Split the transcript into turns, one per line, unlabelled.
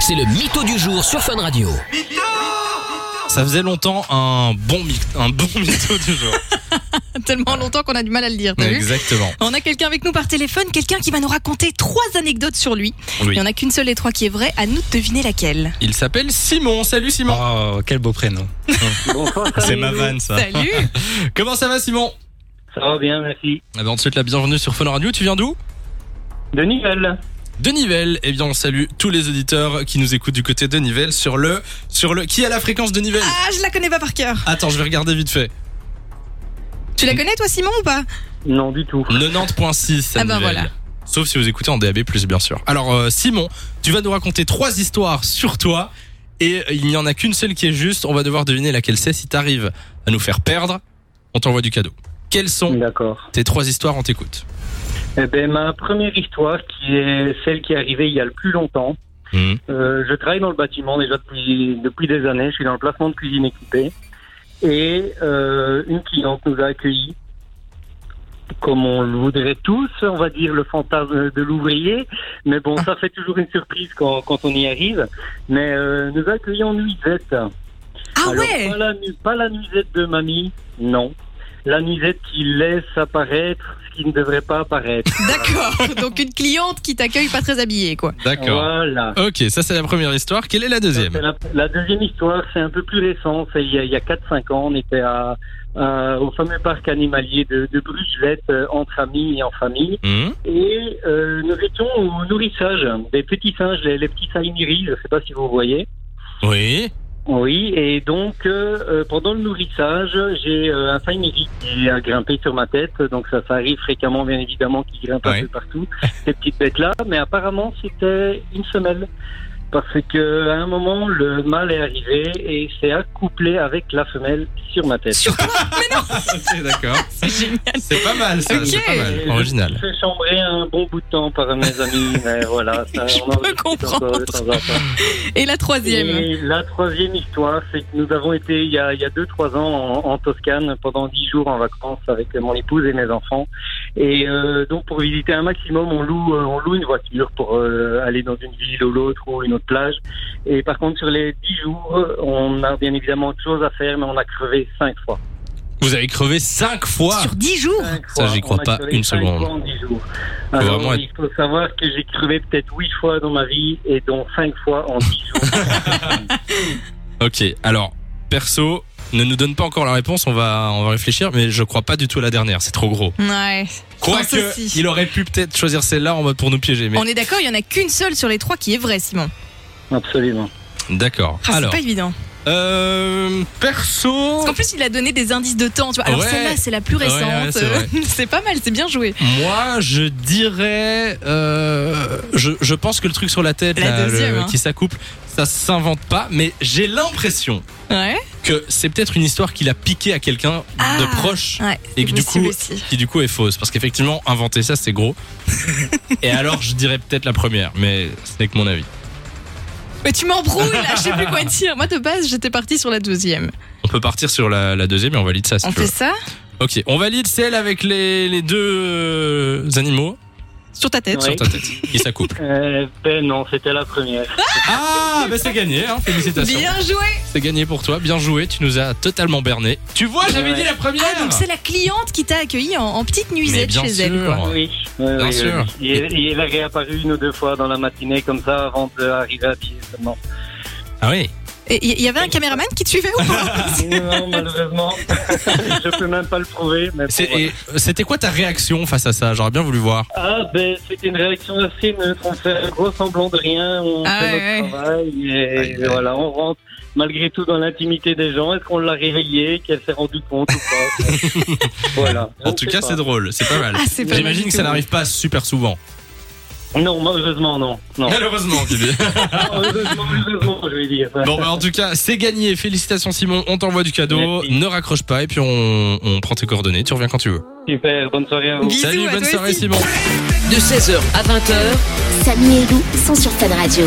C'est le mytho du jour sur Fun Radio.
Ça faisait longtemps un bon, mi- un bon mytho du jour.
Tellement longtemps qu'on a du mal à le dire, t'as vu
Exactement.
On a quelqu'un avec nous par téléphone, quelqu'un qui va nous raconter trois anecdotes sur lui.
Oui.
Il n'y en a qu'une seule des trois qui est vraie, à nous de deviner laquelle.
Il s'appelle Simon. Salut Simon.
Oh, quel beau prénom.
Bonsoir,
C'est
salut.
ma vanne ça.
Salut
Comment ça va Simon
Ça va bien, merci.
eh ben, On te souhaite la bienvenue sur Fun Radio. Tu viens d'où
De Nivelles.
De Nivelles. Eh bien on salue tous les auditeurs qui nous écoutent du côté de Nivelles sur le... Sur le... Qui a la fréquence de Nivelles
Ah, je la connais pas par cœur.
Attends, je vais regarder vite fait.
Tu la connais toi Simon ou pas
Non, du tout.
90.6 à
Ah ben
Nivelles.
voilà.
Sauf si vous écoutez en DAB+, bien sûr. Alors euh, Simon, tu vas nous raconter trois histoires sur toi et euh, il n'y en a qu'une seule qui est juste. On va devoir deviner laquelle c'est. Si t'arrives à nous faire perdre, on t'envoie du cadeau. Quelles sont
D'accord.
tes trois histoires On t'écoute.
Eh ben, ma première histoire, qui est celle qui est arrivée il y a le plus longtemps.
Mhm.
Euh, je travaille dans le bâtiment déjà depuis, depuis des années. Je suis dans le placement de cuisine équipée. Et euh, une cliente nous a accueillis comme on le voudrait tous, on va dire le fantasme de l'ouvrier. Mais bon, ça fait toujours une surprise quand, quand on y arrive. Mais euh, nous a accueillis en nuisette.
Ah
Alors,
ouais
pas la, nu- pas la nuisette de mamie, non. La nuisette qui laisse apparaître ce qui ne devrait pas apparaître.
D'accord. Donc une cliente qui t'accueille pas très habillée quoi.
D'accord.
Voilà.
Ok, ça c'est la première histoire. Quelle est la deuxième
C'est La, la deuxième histoire, c'est un peu plus récent. C'est il y a, il y a 4-5 ans, on était à, à- au fameux parc animalier de, de Brugelette, euh, entre amis et en famille.
Mhm.
Et euh, nous étions au nourrissage des petits singes, les, les petits saineries, je ne sais pas si vous voyez.
Oui.
Oui, et donc euh, euh, pendant le nourrissage, j'ai euh, un Faimiri qui a grimpé sur ma tête, donc ça, ça arrive fréquemment, bien évidemment, qu'il grimpe
Ouais.
un peu partout, ces petites bêtes-là, mais apparemment c'était une semelle, parce que à un moment, le mâle est arrivé et s'est accouplé avec la femelle sur ma tête.
Sur toi
Ok, d'accord.
C'est génial.
C'est pas mal ça.
Ok.
C'est pas mal. Original.
Je me suis fait chambrer un bon bout de temps par mes amis, mais voilà. Ça,
Je
on en
peux
discute
comprendre.
encore de temps en temps.
Et la troisième
Et la troisième histoire, c'est que nous avons été il y a, il y a deux, trois ans en, en Toscane pendant dix jours en vacances avec mon épouse et mes enfants. Et euh, donc pour visiter un maximum, on loue, euh, on loue une voiture pour euh, aller dans une ville ou l'autre ou une autre plage. Et par contre, sur les dix jours, on a bien évidemment autre chose à faire, mais on a crevé cinq fois.
Vous avez crevé cinq fois.
Sur dix jours
Cinq
Ça, j'y crois
on a
pas
crevé
une
cinq
seconde.
fois en dix jours.
Faut
Alors,
vraiment
Il faut savoir que j'ai crevé peut-être huit fois dans ma vie et dont cinq fois en dix jours.
Ok. Alors perso, ne nous donne pas encore la réponse. On va on va réfléchir, mais je crois pas du tout à la dernière. C'est trop gros.
Ouais.
Quoique,
Pense aussi.
il aurait pu peut-être choisir celle-là en mode pour nous piéger, mais
On est d'accord, il y en a qu'une seule sur les trois qui est vraie Simon.
Absolument.
d'accord.
Ah, c'est
Alors,
pas évident.
euh, perso,
Parce qu'en plus il a donné des indices de temps, tu vois. Alors
Ouais.
celle-là c'est la plus
Ouais, ouais,
récente.
c'est vrai.
c'est pas mal, c'est bien joué.
moi je dirais, euh, je, je pense que le truc sur la tête
La
là, le-
deuxième, hein.
qui s'accouple, ça s'invente pas, mais j'ai l'impression
Ouais.
que c'est peut-être une histoire qu'il a piqué à quelqu'un
Ah.
de proche
Ouais.
et
c'est
que du
possible
coup,
aussi.
qui du coup est fausse, parce qu'effectivement inventer ça c'est gros. et alors je dirais peut-être la première, mais ce n'est que mon avis.
Mais tu m'embrouilles là, je sais plus quoi dire. Moi de base j'étais partie sur la deuxième.
On peut partir sur la, la deuxième et on valide ça. Si
On
tu veux.
fait ça
Ok, on valide celle avec les, les deux euh, animaux
sur ta tête.
Ouais.
sur ta tête qui s'accouplent.
Euh, ben non, c'était la première.
Ah, bah c'est gagné, hein, félicitations.
Bien joué.
C'est gagné pour toi, bien joué, tu nous as totalement berné. Tu vois, j'avais
Ouais.
dit la première
Ah, donc c'est la cliente qui t'a accueilli en, en petite
Mais
nuisette
bien
chez
sûr.
elle. Quoi.
Oui, oui,
Bien
oui,
sûr.
oui. Et, et euh, il est réapparu une ou deux fois dans la matinée comme ça avant d'arriver à pied seulement.
Ah oui
Et il y- y avait un caméraman qui te suivait ou pas
Non, malheureusement, je peux même pas le prouver. Mais bon,
C'est-
voilà.
et C'était quoi ta réaction face à ça J'aurais bien voulu voir.
Ah ben c'était une réaction assez neutre. On fait un gros semblant de rien, on
Ah,
fait
ouais, ouais.
notre travail et
Aïe, aïe.
voilà, on rentre malgré tout dans l'intimité des gens. Est-ce qu'on l'a réveillée, qu'elle s'est rendue compte ou pas Voilà. Je
En
ne
tout
sais
cas,
pas.
c'est drôle, c'est pas mal.
Ah, c'est pas mal
J'imagine
du
que ça
tout.
n'arrive pas super souvent.
Non, malheureusement non. Non,
Malheureusement, Bibi.
heureusement, heureusement, je vais dire.
Bon, bah, en tout cas, c'est gagné. Félicitations, Simon. On t'envoie du cadeau.
Merci.
Ne raccroche pas et puis on, on prend tes coordonnées. Tu reviens quand tu veux.
Super, bonne soirée à vous.
Bisous
Salut,
à
bonne
toi
soirée,
aussi.
Simon.
De 16h à 20h,
Samy et Lou sont sur Fan Radio.